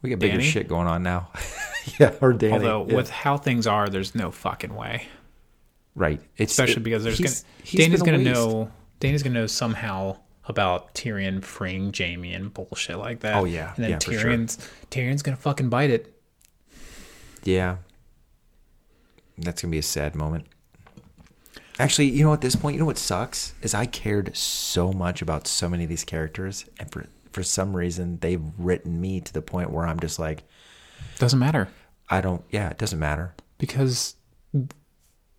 Speaker 2: We got bigger
Speaker 1: Danny?
Speaker 2: shit going on now. [laughs] yeah, or Danny.
Speaker 1: "Although
Speaker 2: yeah.
Speaker 1: with how things are, there's no fucking way."
Speaker 2: right, it's,
Speaker 1: Especially
Speaker 2: it-
Speaker 1: because there's
Speaker 2: he's-
Speaker 1: gonna
Speaker 2: he's
Speaker 1: Danny's
Speaker 2: been a
Speaker 1: gonna
Speaker 2: waste.
Speaker 1: know Danny's gonna know somehow about Tyrion freeing Jamie and bullshit like that.
Speaker 2: Oh, yeah.
Speaker 1: and then
Speaker 2: Yeah, for sure.
Speaker 1: Tyrion's Tyrion's gonna fucking bite it.
Speaker 2: Yeah, that's gonna be a sad moment. Actually, you know, at this point, you know what sucks is I cared so much about so many of these characters, and for for some reason, they've written me to the point where I'm just like,
Speaker 1: Doesn't matter
Speaker 2: I don't. Yeah, it doesn't matter.
Speaker 1: because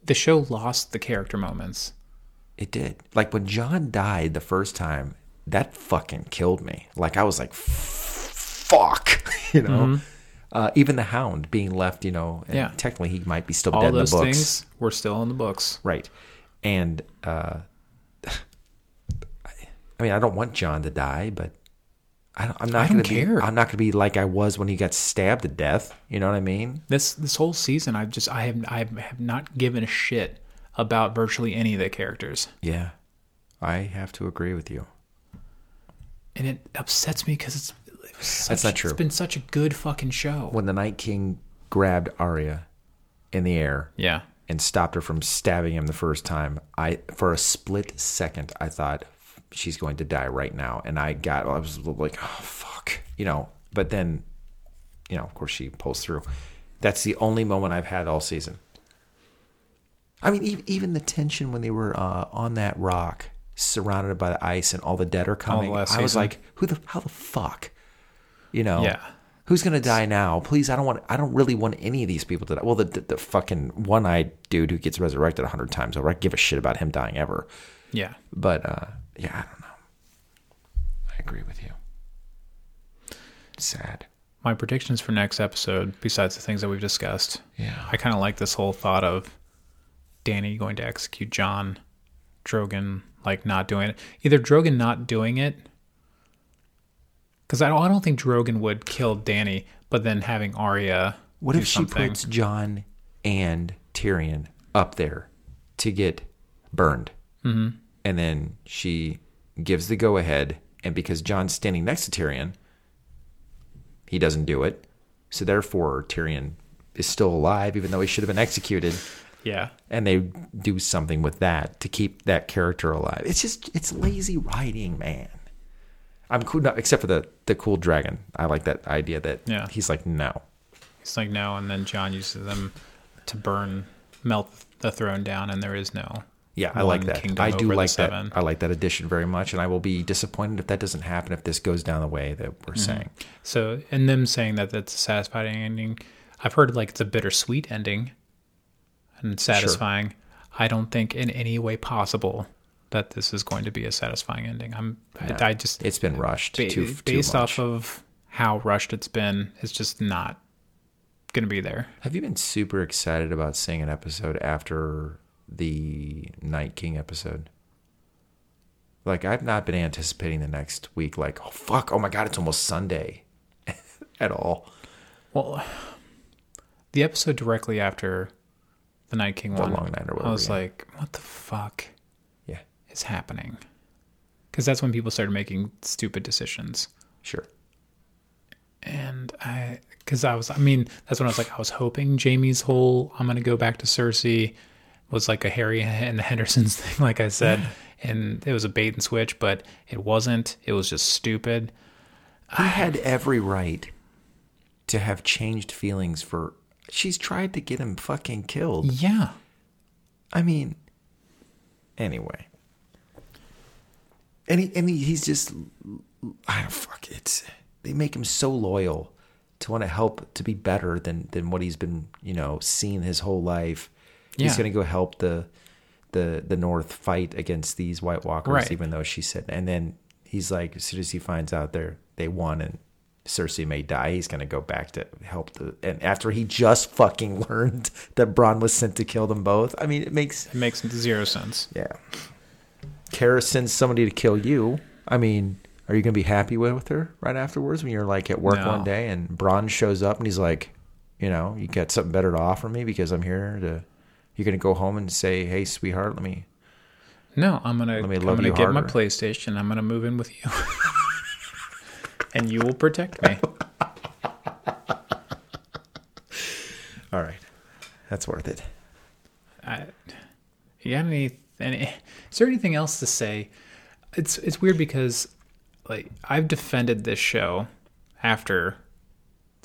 Speaker 1: the show lost the character moments.
Speaker 2: It did. Like when John died the first time, that fucking killed me. Like I was like, fuck, [laughs] you know. Uh, even the Hound being left, you know,
Speaker 1: Mm-hmm.
Speaker 2: and
Speaker 1: Yeah.
Speaker 2: technically he might be still
Speaker 1: all
Speaker 2: dead in the
Speaker 1: those
Speaker 2: books,
Speaker 1: things were still in the books.
Speaker 2: right? And uh, [laughs] I mean, I don't want John to die, but I don't, I'm not
Speaker 1: I don't
Speaker 2: gonna be-
Speaker 1: care.
Speaker 2: I'm not gonna be like I was when he got stabbed to death. You know what I mean?
Speaker 1: This this whole season, I've just I have I have not given a shit about virtually any of the characters,
Speaker 2: Yeah, I have to agree with you.
Speaker 1: and it upsets me because it's it was such,
Speaker 2: That's not true.
Speaker 1: It's been such a good fucking show.
Speaker 2: When the Night King grabbed Arya in the air,
Speaker 1: Yeah,
Speaker 2: and stopped her from stabbing him the first time, I for a split second I thought she's going to die right now, and I got I was like, oh fuck, you know. But then, you know, of course she pulls through. That's the only moment I've had all season. I mean, e- even the tension when they were uh, on that rock, surrounded by the ice, and all the dead are coming. I was
Speaker 1: last season.
Speaker 2: like, who the how the fuck, you know?
Speaker 1: Yeah.
Speaker 2: Who's gonna die now? Please, I don't want. I don't really want any of these people to die. Well, the the, the fucking one-eyed dude who gets resurrected a hundred times over. I give a shit about him dying ever.
Speaker 1: yeah.
Speaker 2: But uh, yeah, I don't know. I agree with you. Sad.
Speaker 1: My predictions for next episode, besides the things that we've discussed,
Speaker 2: Yeah.
Speaker 1: I kind of like this whole thought of Danny going to execute John, Drogon like not doing it. Either Drogon not doing it, because I don't, I don't think Drogon would kill Danny, but then having Arya.
Speaker 2: What
Speaker 1: do
Speaker 2: if she
Speaker 1: something.
Speaker 2: puts John and Tyrion up there to get burned? Mm-hmm. And then she gives the go ahead. And because John's standing next to Tyrion, he doesn't do it. So therefore, Tyrion is still alive, even though he should have been executed.
Speaker 1: Yeah,
Speaker 2: And they do something with that to keep that character alive. It's just, it's lazy writing, man. I'm cool, no, except for the, the cool dragon. I like that idea that
Speaker 1: Yeah.
Speaker 2: he's like, no,
Speaker 1: it's like no, and then John uses them to burn, melt the throne down, and there is no.
Speaker 2: Yeah, I like
Speaker 1: one
Speaker 2: that.
Speaker 1: kingdom
Speaker 2: I do
Speaker 1: over the
Speaker 2: like
Speaker 1: seven.
Speaker 2: that. I like that addition very much, and I will be disappointed if that doesn't happen. If this goes down the way that we're
Speaker 1: Mm-hmm.
Speaker 2: saying,
Speaker 1: So, and them saying that that's a satisfying ending, I've heard like it's a bittersweet ending and satisfying. I don't think in any way possible that this is going to be a satisfying ending. I'm, I, I just,
Speaker 2: it's been rushed
Speaker 1: ba-
Speaker 2: too, too
Speaker 1: based
Speaker 2: much.
Speaker 1: off of how rushed it's been, it's just not going to be there.
Speaker 2: Have you been super excited about seeing an episode after the Night King episode? Like I've not been anticipating the next week. Like oh fuck, oh my god, it's almost Sunday, [laughs] at all.
Speaker 1: Well, the episode directly after the Night King one,
Speaker 2: Long Night or
Speaker 1: I was
Speaker 2: whatever,
Speaker 1: like, what the fuck
Speaker 2: Yeah,
Speaker 1: is happening? Because that's when people started making stupid decisions.
Speaker 2: sure.
Speaker 1: and I, because I was, I mean, that's when I was like, I was hoping Jamie's whole "I'm gonna go back to Cersei" was like a Harry and the Hendersons [laughs] thing, like I said, and it was a bait and switch, but it wasn't. It was just stupid.
Speaker 2: I had every right to have changed feelings for. She's tried to get him fucking killed.
Speaker 1: Yeah,
Speaker 2: I mean, anyway. And he, and he, he's just, I don't fuck it's They make him so loyal to want to help to be better than than what he's been, you know, seen his whole life. He's
Speaker 1: Yeah.
Speaker 2: going to go help the the the North fight against these White Walkers,
Speaker 1: Right.
Speaker 2: even though she said. And then he's like, as soon as he finds out they they won and Cersei may die, he's going to go back to help the. And after he just fucking [laughs] learned that Bronn was sent to kill them both, I mean, it makes
Speaker 1: it makes zero sense.
Speaker 2: yeah. Kara sends somebody to kill you. I mean, are you going to be happy with her right afterwards when you're like at work
Speaker 1: No.
Speaker 2: one day and Braun shows up and he's like, you know, you got something better to offer me because I'm here to. You're going to go home and say, hey, sweetheart, let me.
Speaker 1: No, I'm gonna
Speaker 2: Let me
Speaker 1: I'm
Speaker 2: love
Speaker 1: gonna
Speaker 2: you
Speaker 1: get my
Speaker 2: harder.
Speaker 1: PlayStation. I'm gonna move in with you, [laughs] and you will protect me.
Speaker 2: All right. That's worth it.
Speaker 1: I, you got any, any? Is there anything else to say? It's it's weird because like I've defended this show after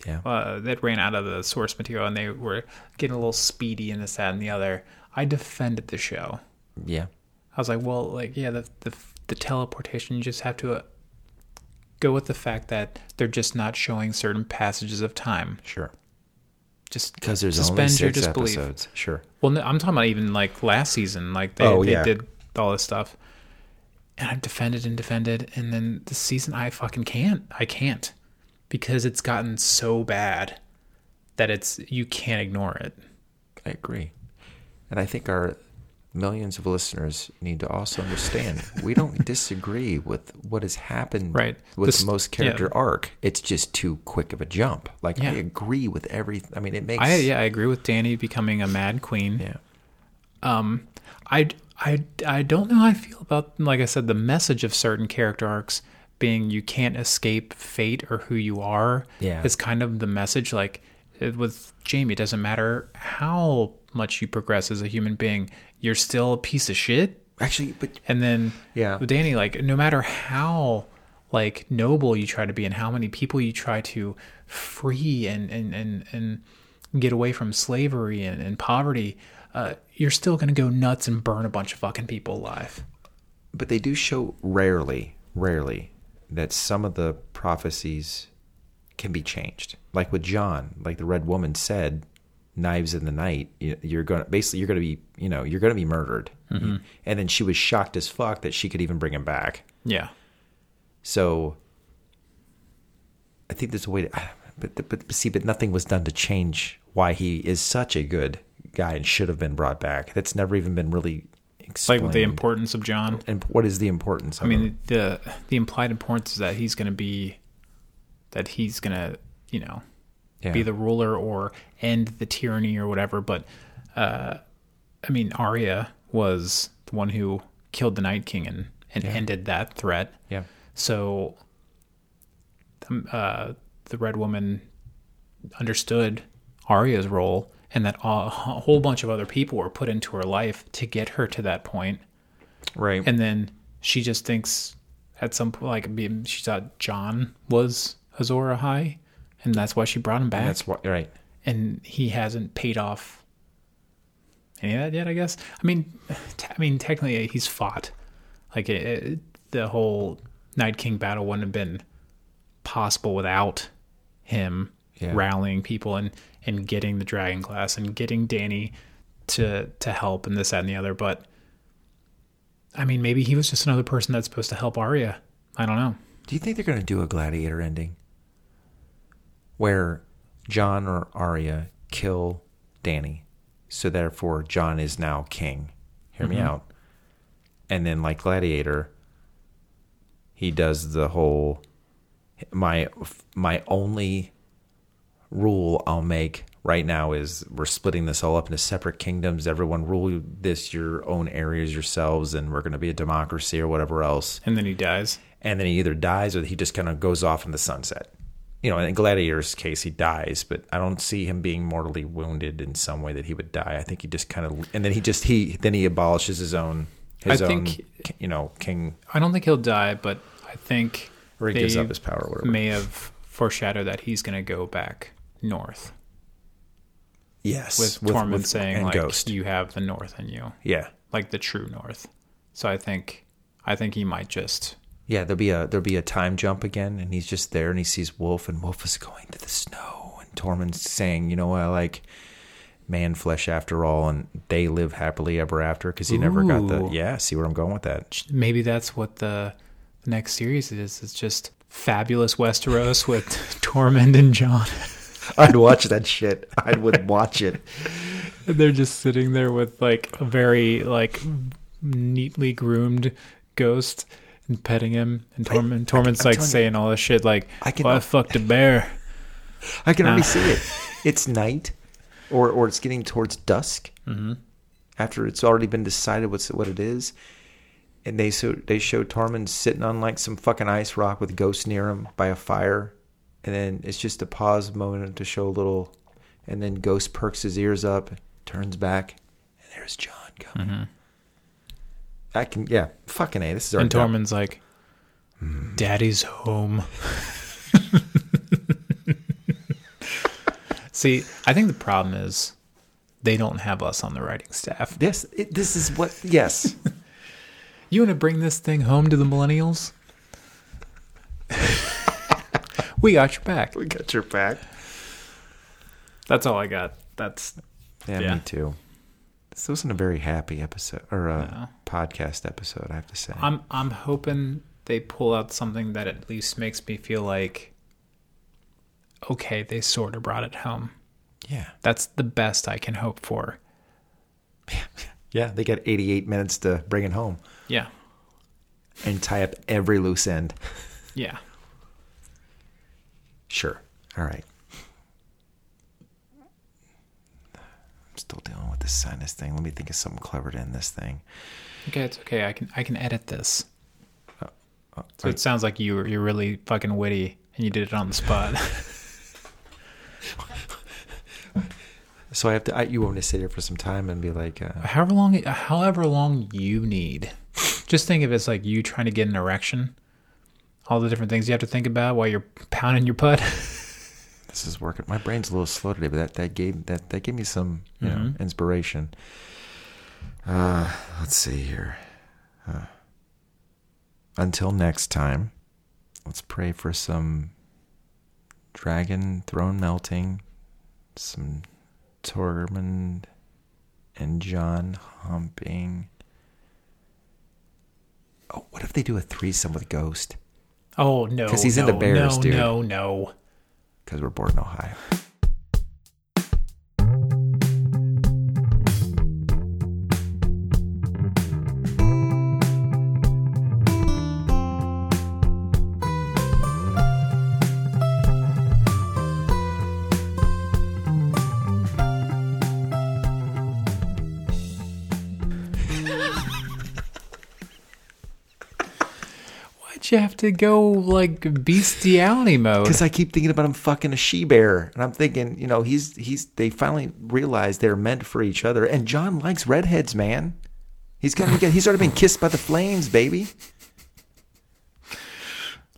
Speaker 2: Yeah.
Speaker 1: uh, that ran out of the source material and they were getting a little speedy and this that and the other. I defended the show.
Speaker 2: Yeah.
Speaker 1: I was like, well, like yeah, the the, the teleportation. You just have to uh, go with the fact that they're just not showing certain passages of time.
Speaker 2: Sure.
Speaker 1: Just
Speaker 2: Because there's only
Speaker 1: suspend your
Speaker 2: six
Speaker 1: disbelief.
Speaker 2: episodes. Sure.
Speaker 1: Well, no, I'm talking about even like last season, like they,
Speaker 2: Oh,
Speaker 1: they
Speaker 2: yeah.
Speaker 1: did all this stuff, and I've defended and defended, and then this season I fucking can't, I can't, because it's gotten so bad that it's you can't ignore it.
Speaker 2: I agree. And I think our millions of listeners need to also understand [laughs] we don't disagree with what has happened
Speaker 1: Right.
Speaker 2: with
Speaker 1: This-
Speaker 2: most
Speaker 1: yeah.
Speaker 2: character arc. It's just too quick of a jump. Like
Speaker 1: Yeah.
Speaker 2: I agree with every I mean it makes
Speaker 1: I yeah, I agree with Danny becoming a mad queen.
Speaker 2: yeah.
Speaker 1: Um, I I I don't know how I feel about like I said the message of certain character arcs being you can't escape fate or who you are.
Speaker 2: Yeah.
Speaker 1: is kind of the message. Like it- with Jamie, it doesn't matter how much you progress as a human being, you're still a piece of shit.
Speaker 2: Actually, but
Speaker 1: And then
Speaker 2: Yeah.
Speaker 1: with Danny, like no matter how like noble you try to be and how many people you try to free and and and, and get away from slavery and, and poverty, uh, you're still gonna go nuts and burn a bunch of fucking people alive.
Speaker 2: but they do show rarely, rarely that some of the prophecies can be changed. Like with John, like the Red Woman said, "Knives in the night, you- you're going to basically you're going to be you know you're going to be murdered."
Speaker 1: Mm-hmm.
Speaker 2: And then she was shocked as fuck that she could even bring him back.
Speaker 1: Yeah.
Speaker 2: So I think there's a way to, ah, but, but but see, but nothing was done to change why he is such a good guy and should have been brought back. That's never even been really
Speaker 1: Like
Speaker 2: explained.
Speaker 1: with the importance of John.
Speaker 2: and what is the importance? Of
Speaker 1: I mean the the implied importance is that he's gonna be that he's gonna, you know,
Speaker 2: Yeah.
Speaker 1: be the ruler or end the tyranny or whatever. But uh, I mean, Arya was the one who killed the Night King and, and ended that threat.
Speaker 2: yeah.
Speaker 1: So um, uh, the Red Woman understood Arya's role and that a a whole bunch of other people were put into her life to get her to that point
Speaker 2: Right.
Speaker 1: and then she just thinks at some point, like be- she thought John was Azora High, and that's why she brought him back.
Speaker 2: that's why right.
Speaker 1: and he hasn't paid off any of that yet. I guess. I mean, t- I mean, technically uh, he's fought. Like it, it, the whole Night King battle wouldn't have been possible without him
Speaker 2: Yeah.
Speaker 1: rallying people and and getting the dragon glass and getting Danny to to help and this that and the other. But I mean, maybe he was just another person that's supposed to help Arya. I don't know.
Speaker 2: Do you think they're going to do a gladiator ending where John or Arya kill Danny, so therefore John is now king? Hear me out. And then, like gladiator, he does the whole my my only rule I'll make right now is we're splitting this all up into separate kingdoms. Everyone rule this your own areas yourselves, and we're going to be a democracy or whatever else
Speaker 1: And then he dies.
Speaker 2: and then he either dies or he just kind of goes off in the sunset. you know, in Gladiator's case, he dies, but I don't see him being mortally wounded in some way that he would die. I think he just kind of, and then he just he then he abolishes his own his
Speaker 1: I
Speaker 2: own
Speaker 1: think-
Speaker 2: you know king
Speaker 1: I don't think he'll die, but I think
Speaker 2: or he
Speaker 1: they
Speaker 2: gives up his power or whatever.
Speaker 1: may have foreshadowed that he's going to go back north
Speaker 2: yes,
Speaker 1: with, Tormund saying
Speaker 2: and
Speaker 1: like
Speaker 2: Ghost.
Speaker 1: you have the north in you,
Speaker 2: yeah,
Speaker 1: like the true north. So I think I think he might just
Speaker 2: yeah. There'll be a there'll be a time jump again, and he's just there, and he sees Wolf, and Wolf is going to the snow, and Tormund's saying, you know what, I like man flesh after all, and they live happily ever after because he never got the
Speaker 1: Ooh.
Speaker 2: yeah. See where I'm going with that?
Speaker 1: maybe that's what the, the next series is. It's just fabulous Westeros with Tormund and John.
Speaker 2: [laughs]
Speaker 1: [laughs]
Speaker 2: I'd watch that shit. I would watch it.
Speaker 1: They're just sitting there with like a very like neatly groomed ghost and petting him, and Tormund. Tormund's like
Speaker 2: telling you-
Speaker 1: saying all this shit like,
Speaker 2: I can-
Speaker 1: "Well, I fucked a bear."
Speaker 2: I can already see [laughs] it. It's night, or or it's getting towards dusk. After it's already been decided what's what it is, and they so they show Tormund sitting on like some fucking ice rock with ghosts near him by a fire, and then it's just a pause moment to show a little, and then Ghost perks his ears up, turns back, and there's John coming. I can yeah, fucking a. This is our
Speaker 1: And Tormund's like, "Daddy's home." [laughs] See, I think the problem is they don't have us on the writing staff.
Speaker 2: Yes, it, this is what. Yes,
Speaker 1: You want to bring this thing home to the millennials? [laughs] we got your back.
Speaker 2: [laughs] we got your back.
Speaker 1: That's all I got. That's
Speaker 2: Yeah,
Speaker 1: Yeah.
Speaker 2: me too. This wasn't a very happy episode or a
Speaker 1: No.
Speaker 2: podcast episode, I have to say.
Speaker 1: I'm I'm hoping they pull out something that at least makes me feel like okay, they sort of brought it home.
Speaker 2: yeah.
Speaker 1: That's the best I can hope for.
Speaker 2: Yeah, they got 88 minutes to bring it home
Speaker 1: Yeah.
Speaker 2: and tie up every loose end.
Speaker 1: Yeah.
Speaker 2: Sure. All right. I'm still dealing with this sinus thing. Let me think of something clever to end this thing.
Speaker 1: Okay, it's okay. I can I can edit this.
Speaker 2: Uh,
Speaker 1: So it sounds like you were- you're really fucking witty and you did it on the spot. [laughs]
Speaker 2: So I have to, I, you want me to sit here for some time and be like, uh,
Speaker 1: however long however long you need just think of it as like you trying to get an erection all the different things you have to think about while you're pounding your putt
Speaker 2: this is working. My brain's a little slow today, but that, that gave that that gave me some you know inspiration. Uh, let's see here. Uh, until next time, let's pray for some dragon throne melting, some Tormund and John humping. Oh, what if they do a threesome with Ghost?
Speaker 1: [laughs] oh no
Speaker 2: 'Cause he's
Speaker 1: no,
Speaker 2: into bears,
Speaker 1: no
Speaker 2: dude.
Speaker 1: no no
Speaker 2: Because we're bored in Ohio.
Speaker 1: why'd you have to go like bestiality mode
Speaker 2: Because I keep thinking about him fucking a she bear, and I'm thinking, you know, he's he's. They finally realize they're meant for each other, and John likes redheads, man. He's gonna get. He's already [laughs] been kissed by the flames, baby.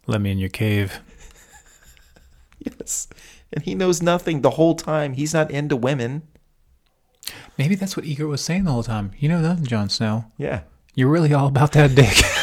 Speaker 1: let me in your cave
Speaker 2: Yes, and he knows nothing the whole time. He's not into women.
Speaker 1: maybe that's what Egor was saying the whole time you know nothing Jon Snow
Speaker 2: Yeah,
Speaker 1: you're really all about that dick